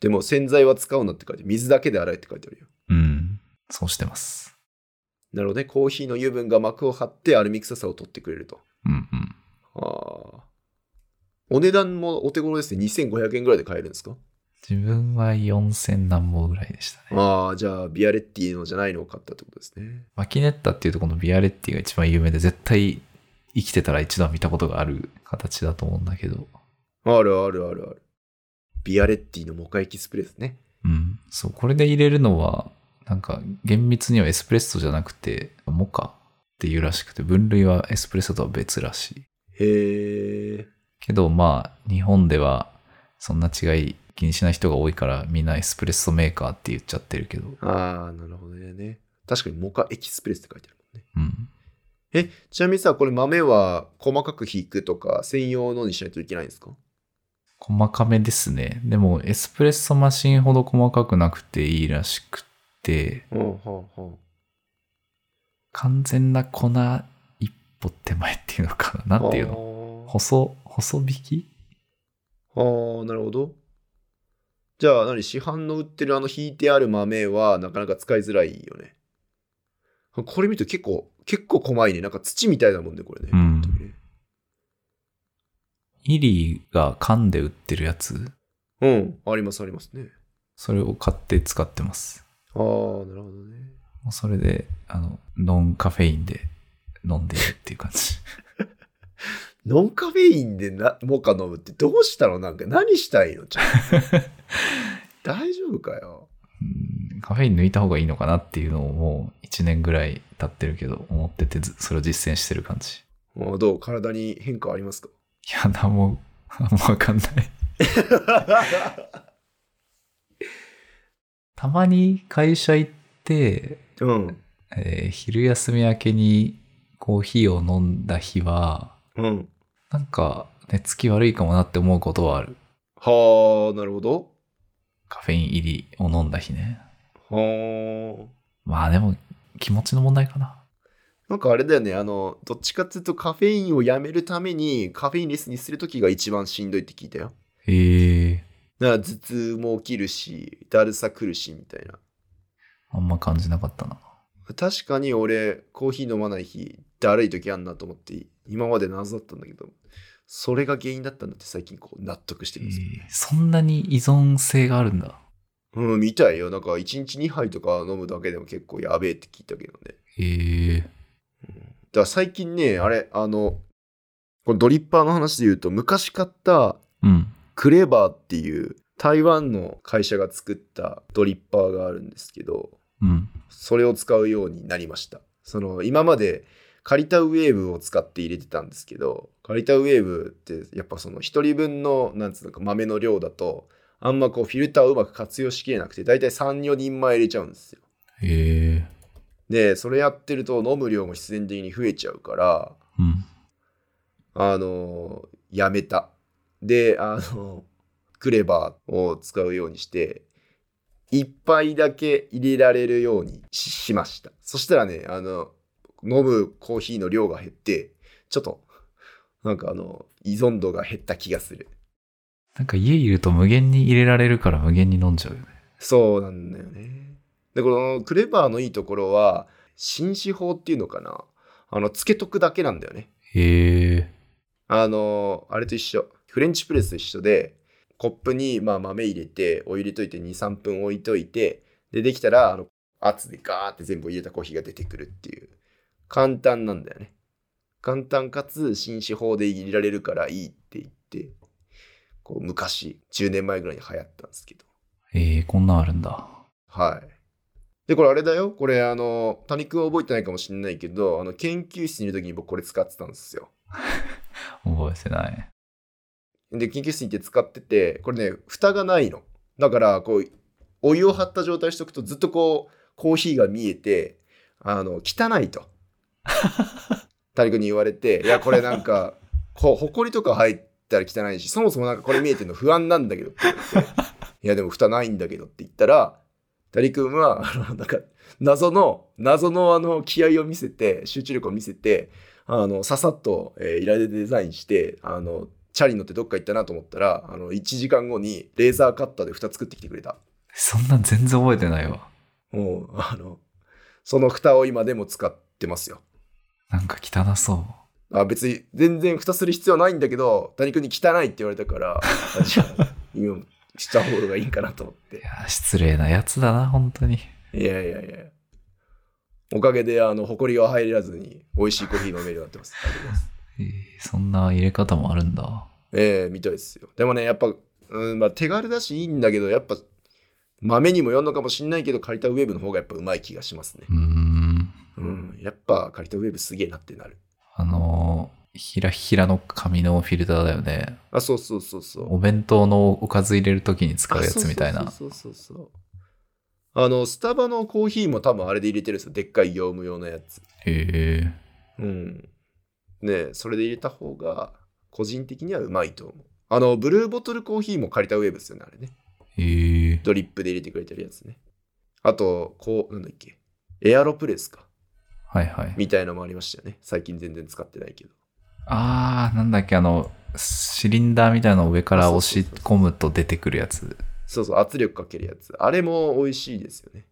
Speaker 1: でも洗剤は使うなって書いてある水だけで洗えって書いてあるよ
Speaker 2: うん。そうしてます。
Speaker 1: なるほどねコーヒーの油分が膜を張ってアルミ臭さを取ってくれると
Speaker 2: うんうん。
Speaker 1: ああお値段もお手頃ですね2500円ぐらいで買えるんですか
Speaker 2: 自分は4000何本ぐらいでしたね。
Speaker 1: ああじゃあビアレッティのじゃないのを買ったってことですね
Speaker 2: マキネッタっていうとこのビアレッティが一番有名で、絶対生きてたら一度は見たことがある形だと思うんだけど。
Speaker 1: あるあるあるある。ビアレッティのモカエキスプレスね。
Speaker 2: うん。そう、これで入れるのは、なんか厳密にはエスプレッソじゃなくて、モカっていうらしくて、分類はエスプレッソとは別らしい。
Speaker 1: へえ。
Speaker 2: けどまあ日本ではそんな違い気にしない人が多いからみんなエスプレッソメーカーって言っちゃってるけど、
Speaker 1: ああ、なるほどね。確かにモカエキスプレスって書いてあるもんね。
Speaker 2: うん、
Speaker 1: え、ちなみにさ、これ豆は細かくひくとか専用のにしないといけないんですか
Speaker 2: 細かめですねでもエスプレッソマシンほど細かくなくていいらしくて
Speaker 1: うん、はあ、は
Speaker 2: 完全な粉一歩手前っていうのかななんていうの
Speaker 1: の
Speaker 2: 細細引き
Speaker 1: あーあー、なるほど。じゃあ何、市販の売ってるあのひいてある豆はなかなか使いづらいよね。これ見ると結構、結構細いね。なんか土みたいだもんね、これね。
Speaker 2: うん
Speaker 1: 本当にね
Speaker 2: イリーが缶で売ってるやつ
Speaker 1: うん、ありますありますね。
Speaker 2: それを買って使ってます
Speaker 1: ああ、なるほどね。
Speaker 2: もうそれであのノンカフェインで飲んでいるっていう感じ
Speaker 1: ノンカフェインでなモカ飲むってどうしたのなんか何したいのちょっ と大丈夫かよ。
Speaker 2: うんカフェイン抜いた方がいいのかなっていうのをもう1年ぐらい経ってるけど思っててずそれを実践してる感じ
Speaker 1: もうどう体に変化ありますか
Speaker 2: いや何も何もわかんないたまに会社行って、
Speaker 1: うん。
Speaker 2: えー昼休み明けにコーヒーを飲んだ日は
Speaker 1: うん。
Speaker 2: なんか寝つき悪いかもなって思うことはある
Speaker 1: はあ、なるほど。
Speaker 2: カフェイン入りを飲んだ日ね
Speaker 1: はあ。
Speaker 2: まあでも気持ちの問題かな
Speaker 1: なんかあれだよね、あの、どっちかっていうとカフェインをやめるためにカフェインレスにするときが一番しんどいって聞いたよ。
Speaker 2: へえ
Speaker 1: だから頭痛も起きるし、だるさ来るしみたいな。
Speaker 2: あんま感じなかったな
Speaker 1: 確かに俺コーヒー飲まない日だるい時あんなと思って今まで謎だったんだけどそれが原因だったんだって最近こう納得してるんですよ
Speaker 2: えー
Speaker 1: ね、
Speaker 2: そんなに依存性があるんだ
Speaker 1: うん見たいよなんか1日2杯とか飲むだけでも結構やべえって聞いたけどね
Speaker 2: へえ
Speaker 1: だから最近ねあれあのこのドリッパーの話で言うと昔買った
Speaker 2: うん
Speaker 1: クレバーっていう台湾の会社が作ったドリッパーがあるんですけど
Speaker 2: うん
Speaker 1: それを使うようになりましたその今まで借りたウェーブを使って入れてたんですけど借りたウェーブってやっぱその1人分のなんつうのか豆の量だとあんまこうフィルターをうまく活用しきれなくて、だいたい3、4人前入れちゃうんですよ。
Speaker 2: へえ。
Speaker 1: で、それやってると飲む量も必然的に増えちゃうから、
Speaker 2: うん。
Speaker 1: あのやめた。で、あのクレバーを使うようにして、一杯だけ入れられるようにししました。そしたらね、あの、飲むコーヒーの量が減って、ちょっと、なんかあの、依存度が減った気がする。
Speaker 2: なんか家いると無限に入れられるから無限に飲んじゃうよね。
Speaker 1: そうなんだよね。で、このクレバーのいいところは、紳士法っていうのかな。あの、つけとくだけなんだよね。
Speaker 2: へえ。
Speaker 1: あのあれと一緒。フレンチプレスと一緒で、コップにまあ豆入れて、お湯入れといて2、3分置いといて、で、できたら、あの、圧でガーって全部入れたコーヒーが出てくるっていう。簡単なんだよね。簡単かつ、新手法で入れられるからいいって言って、こう、昔、10年前ぐらいに流行ったんですけど。
Speaker 2: ええ、こんなんあるんだ。
Speaker 1: はい。で、これあれだよ。これ、あの、谷君は覚えてないかもしれないけど、あの、研究室にいる時に僕これ使ってたんですよ。
Speaker 2: 覚えてない。
Speaker 1: で、研究室に行って使ってて、これね、蓋がないの。だから、こう、お湯を張った状態にしとくと、ずっとこう、コーヒーが見えて、あの、汚いと。谷君に言われて、いや、これなんか、こう、埃とか入ったら汚いし、そもそもなんかこれ見えてるの不安なんだけどって言われていや、でも蓋ないんだけどって言ったら、谷君は、あの、なんか、謎の、謎のあの、気合を見せて、集中力を見せて、あのささっと、えーイラでデザインしてあのチャリ乗ってどっか行ったなと思ったらあの1時間後にレーザーカッターで蓋作ってきてくれた
Speaker 2: そんなん全然覚えてないわ。
Speaker 1: もうあのその蓋を今でも使ってますよ
Speaker 2: なんか汚そう。
Speaker 1: あ別に全然蓋する必要ないんだけど谷君に汚いって言われたからあじゃあ今した方がいいかなと思っ
Speaker 2: い
Speaker 1: て
Speaker 2: や、失礼なやつだな、本当に。
Speaker 1: いやいやいやおかげであの埃が入らずに美味しいコーヒー飲めるようになってますありがとうございます
Speaker 2: えーそんな入れ方もあるんだ。
Speaker 1: ええみたいですよ。でもね、やっぱ、うん、まあ手軽だしいいんだけど、やっぱ、豆にもよるのかもしんないけど、借りたウェーブの方がやっぱうまい気がしますね
Speaker 2: う。ーん。
Speaker 1: うん、やっぱ借りたウェーブすげえなってなる。
Speaker 2: あのー、ひらひらの紙のフィルターだよね。
Speaker 1: あ、そうそうそうそう。
Speaker 2: お弁当のおかず入れるときに使うやつみたい
Speaker 1: あ
Speaker 2: な。
Speaker 1: そうそうそうそうそう。あの、スタバのコーヒーも多分あれで入れてるんですよ。でっかい業務用のやつ。
Speaker 2: へえ。
Speaker 1: うん。ねえそれで入れた方が、個人的にはうまいと思う。あの、ブルーボトルコーヒーも借りたウェーブですよね、あれね。
Speaker 2: へえ。
Speaker 1: ドリップで入れてくれてるやつね。あと、こう、なんだっけ。エアロプレスか。
Speaker 2: はいはい。
Speaker 1: みたいのもありましたよね。最近全然使ってないけど。
Speaker 2: あー、なんだっけ、あの、シリンダーみたいなのを上から押し込むと出てくるやつ。
Speaker 1: そうそう、圧力かけるやつ。あれも美味しいですよね。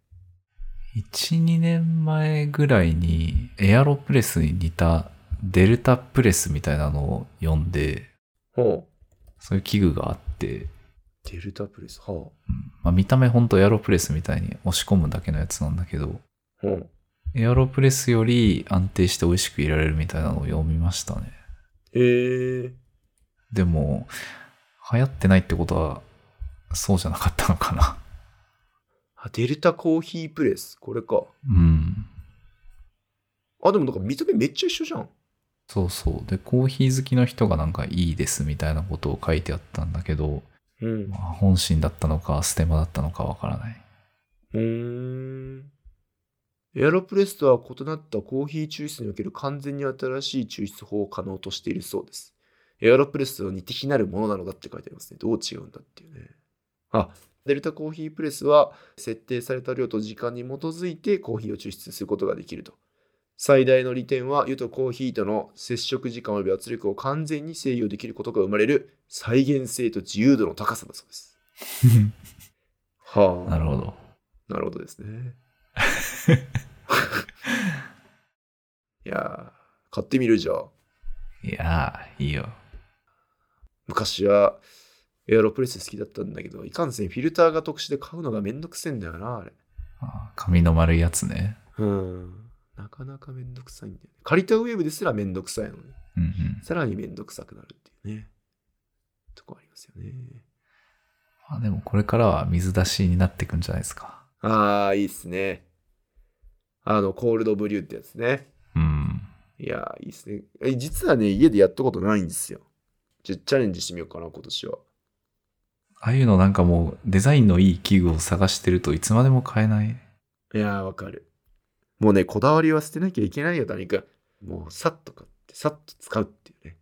Speaker 2: 1、2年前ぐらいに、エアロプレスに似たデルタプレスみたいなのを読んで、
Speaker 1: ほ
Speaker 2: そういう器具があって、
Speaker 1: う。デルタプレス。は
Speaker 2: うんまあ、見た目ほんとエアロプレスみたいに押し込むだけのやつなんだけど、
Speaker 1: あ。ほう。
Speaker 2: エアロプレスより安定して美味しくいられるみたいなのを読みましたね。
Speaker 1: へえ。
Speaker 2: でも、流行ってないってことは、そうじゃなかったのかな。
Speaker 1: あ、デルタコーヒープレス。これか。
Speaker 2: うん。
Speaker 1: あ、でもなんか見た目めっちゃ一緒じゃん。
Speaker 2: そうそう。で、コーヒー好きの人がなんかいいですみたいなことを書いてあったんだけど、
Speaker 1: うん
Speaker 2: ま。あ本心だったのか、ステマだったのかわからない。
Speaker 1: うーん。エアロプレスとは異なったコーヒー抽出における完全に新しい抽出法を可能としているそうです。エアロプレスとは似て非なるものなのだって書いてありますね。どう違うんだっていうね。あ、デルタコーヒープレスは設定された量と時間に基づいてコーヒーを抽出することができると。最大の利点は湯とコーヒーとの接触時間及び圧力を完全に制御できることが生まれる再現性と自由度の高さだそうです。はあ。
Speaker 2: なるほど。
Speaker 1: なるほどです ね。いやー、買ってみるじゃん。
Speaker 2: いやー、いいよ。
Speaker 1: 昔はエアロプレス好きだったんだけど、いかんせんフィルターが特殊で買うのがめんどくせえんだよな、あれ。
Speaker 2: あー紙の丸いやつね。
Speaker 1: うん。なかなかめんどくさいんだよね。借りたウェーブですらめんどくさいのに、
Speaker 2: うんうん。
Speaker 1: さらにめんどくさくなるっていうね。とこありますよね。
Speaker 2: まあでもこれからは水出しになっていくんじゃないですか。
Speaker 1: あー、いいっすね。あの、コールドブリューってやつね。
Speaker 2: うん。
Speaker 1: いやー、いいですね。え実はね、家でやったことないんですよ。ちょチャレンジしてみようかな、今年は。
Speaker 2: ああいうのなんかもうデザインのいい器具を探してるといつまでも買えない。
Speaker 1: いやー、わかる。もうね、こだわりは捨てなきゃいけないよ、谷君。もう、さっと買って、さっと使うっていうね。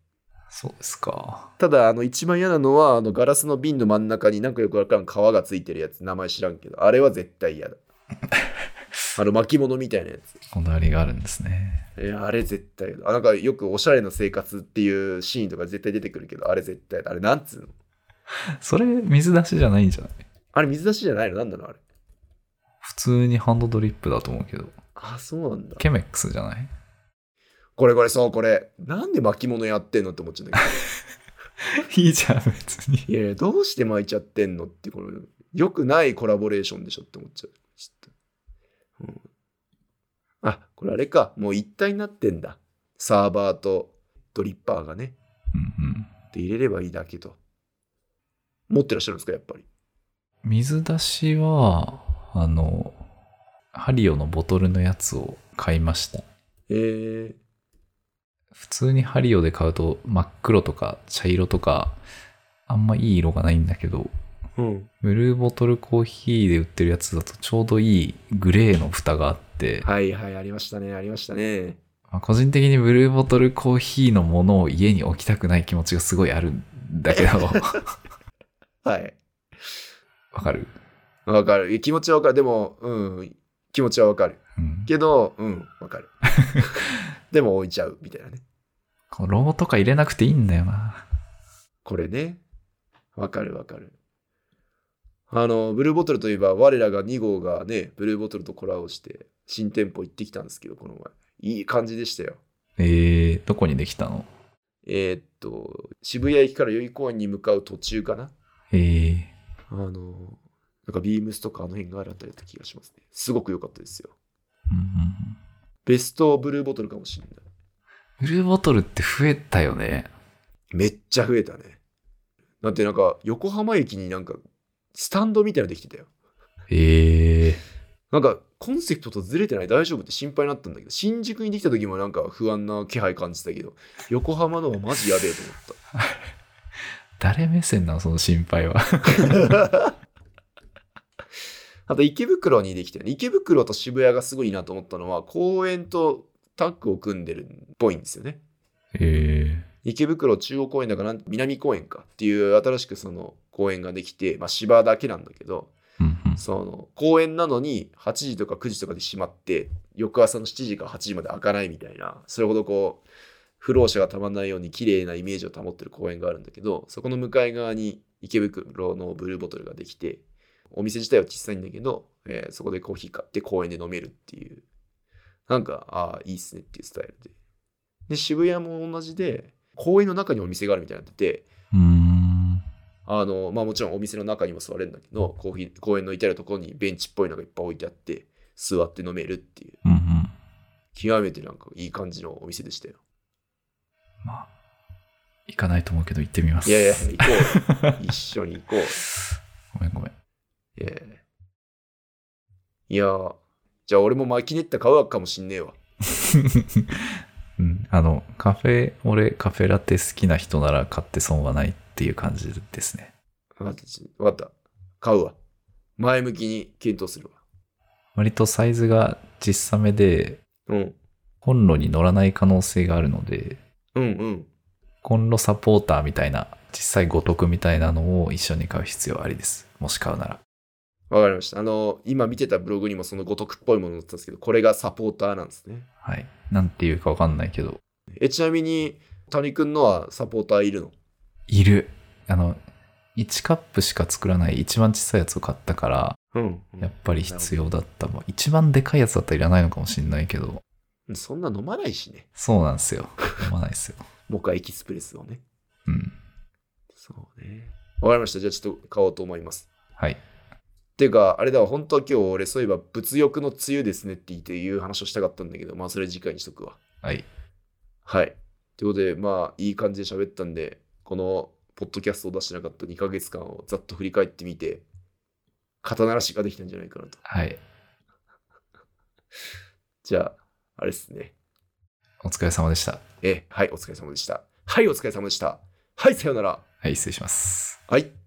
Speaker 2: そうですか。
Speaker 1: ただ、あの、一番嫌なのは、あの、ガラスの瓶の真ん中になんかよくわからん皮がついてるやつ、名前知らんけど、あれは絶対 嫌だ。あの、巻物みたいなやつ。
Speaker 2: こだわりがあるんですね。
Speaker 1: いや、あれ絶対嫌だ。あなんかよくおしゃれな生活っていうシーンとか絶対出てくるけど、あれ絶対だ。あれなんつうの
Speaker 2: それ水出しじゃないんじゃない
Speaker 1: あれ水出しじゃないのなんなのあれ。
Speaker 2: 普通にハンドドリップだと思うけど。
Speaker 1: あ、そうなんだ。
Speaker 2: ケメックスじゃない
Speaker 1: これこれ、そう、これ。なんで巻物やってんのって思っちゃうんだけ
Speaker 2: いいじゃん、別に。
Speaker 1: ど。いやいや、どうして巻いちゃってんのって、これ、良くないコラボレーションでしょって思っちゃう。ちょっと。うんあ、これあれか。もう一体になってんだ。サーバーとドリッパーがね。
Speaker 2: うんうん。
Speaker 1: で、入れればいいだけと。持ってらっしゃるんですか、やっぱり。
Speaker 2: 水出しは、あの、ハリオのボトルのやつを買いました。
Speaker 1: えー、
Speaker 2: 普通にハリオで買うと真っ黒とか茶色とか、あんまいい色がないんだけど、
Speaker 1: うん。
Speaker 2: ブルーボトルコーヒーで売ってるやつだとちょうどいいグレーの蓋があって、
Speaker 1: はいはい、ありましたね、ありましたね。
Speaker 2: まあ個人的にブルーボトルコーヒーのものを家に置きたくない気持ちがすごいあるんだ けど、わ
Speaker 1: はい。
Speaker 2: かる、
Speaker 1: わかる。いや気持ちはわかる。でも、うん、気持ちはわかる。
Speaker 2: うん、
Speaker 1: けど、うん、わかる。 でも置いちゃう、みたいなね。
Speaker 2: このロゴとか入れなくていいんだよな。
Speaker 1: これね。わかるわかる。あの、ブルーボトルといえば、我らが2号がね、ブルーボトルとコラボして、新店舗行ってきたんですけど、この前。いい感じでしたよ。
Speaker 2: えー、どこにできたの
Speaker 1: えーっと、渋谷駅から代々木公園に向かう途中かな。
Speaker 2: えー、
Speaker 1: あの、なんかビームスとかあの辺があったりだった気がしますね。すごく良かったですよ。
Speaker 2: うんうんうん
Speaker 1: ベストブルーボトルかもしれない。
Speaker 2: ブルーボトルって増えたよね。
Speaker 1: めっちゃ増えたね。だってなんか横浜駅になんかスタンドみたいなのできてたよ。
Speaker 2: ええ
Speaker 1: なんかコンセプトとずれてない大丈夫って心配になったんだけど、新宿にできた時もなんか不安な気配感じてたけど、横浜のはマジやべえと思った。
Speaker 2: 誰目線なのその心配は。
Speaker 1: あと池袋にできたよね。池袋と渋谷がすごいなと思ったのは、公園とタッグを組んでるっぽいんですよね。
Speaker 2: え
Speaker 1: 池袋中央公園だから南公園かっていう新しくその公園ができて、まあ芝だけなんだけど、
Speaker 2: えうんうん。
Speaker 1: その公園なのに8時とか9時とかで閉まって翌朝の7時から8時まで開かないみたいなそれほどこう不老者がたまんないように綺麗なイメージを保ってる公園があるんだけどそこの向かい側に池袋のブルーボトルができてお店自体は小さいんだけど、えーそこでコーヒー買って公園で飲めるっていうなんかああいいっすねっていうスタイルでで渋谷も同じで公園の中にお店があるみたいになってて
Speaker 2: うーん。
Speaker 1: あの、まあもちろんお店の中にも座れるんだけど、コーヒー、公園の至るところにベンチっぽいのがいっぱい置いてあって、座って飲めるっていう、
Speaker 2: うんうん。
Speaker 1: 極めてなんかいい感じのお店でしたよ。
Speaker 2: まあ、行かないと思うけど行ってみます。
Speaker 1: いやいや、行こう よ。一緒に行こうよ。
Speaker 2: ごめんごめん。
Speaker 1: ええいやー、じゃあ俺も巻きネッタ買うかもしんねえわ。
Speaker 2: うん、あの、カフェ、俺カフェラテ好きな人なら買って損はないっていう感じですね。
Speaker 1: わかったわかった。買うわ。前向きに検討するわ。
Speaker 2: 割とサイズが小さめで、
Speaker 1: うん。
Speaker 2: コンロに乗らない可能性があるので、
Speaker 1: うんうん。
Speaker 2: コンロサポーターみたいな、実際五徳みたいなのを一緒に買う必要ありです。もし買うなら。
Speaker 1: わかりました。あの、今見てたブログにもその五徳っぽいもの載ってたんですけど、これがサポーターなんですね。
Speaker 2: はい。なんていうかわかんないけど、
Speaker 1: え、ちなみに、谷くんのはサポーターいるの
Speaker 2: いる。あの、1カップしか作らない一番小さいやつを買ったから、
Speaker 1: うん。
Speaker 2: やっぱり必要だった。まあ一番でかいやつだったらいらないのかもしれないけど、
Speaker 1: そんな飲まないしね。
Speaker 2: そうなんですよ。飲まないですよ。
Speaker 1: 僕はエキスプレスをね。
Speaker 2: うん。
Speaker 1: そうね。わかりました。じゃあちょっと買おうと思います。
Speaker 2: はい。
Speaker 1: てか、あれだわ、本当は今日俺そういえば物欲の梅雨ですねって言っていう話をしたかったんだけど、まあそれ次回にしとくわ。
Speaker 2: はい。
Speaker 1: はい。ということで、まあいい感じで喋ったんで、このポッドキャストを出してなかった2ヶ月間をざっと振り返ってみて、肩慣らしができたんじゃないかなと。
Speaker 2: はい。
Speaker 1: じゃあ、あれですね。
Speaker 2: お疲れ様でした。
Speaker 1: え、はい、お疲れ様でした。はい、お疲れ様でした。はい、さようなら。
Speaker 2: はい、失礼します。
Speaker 1: はい。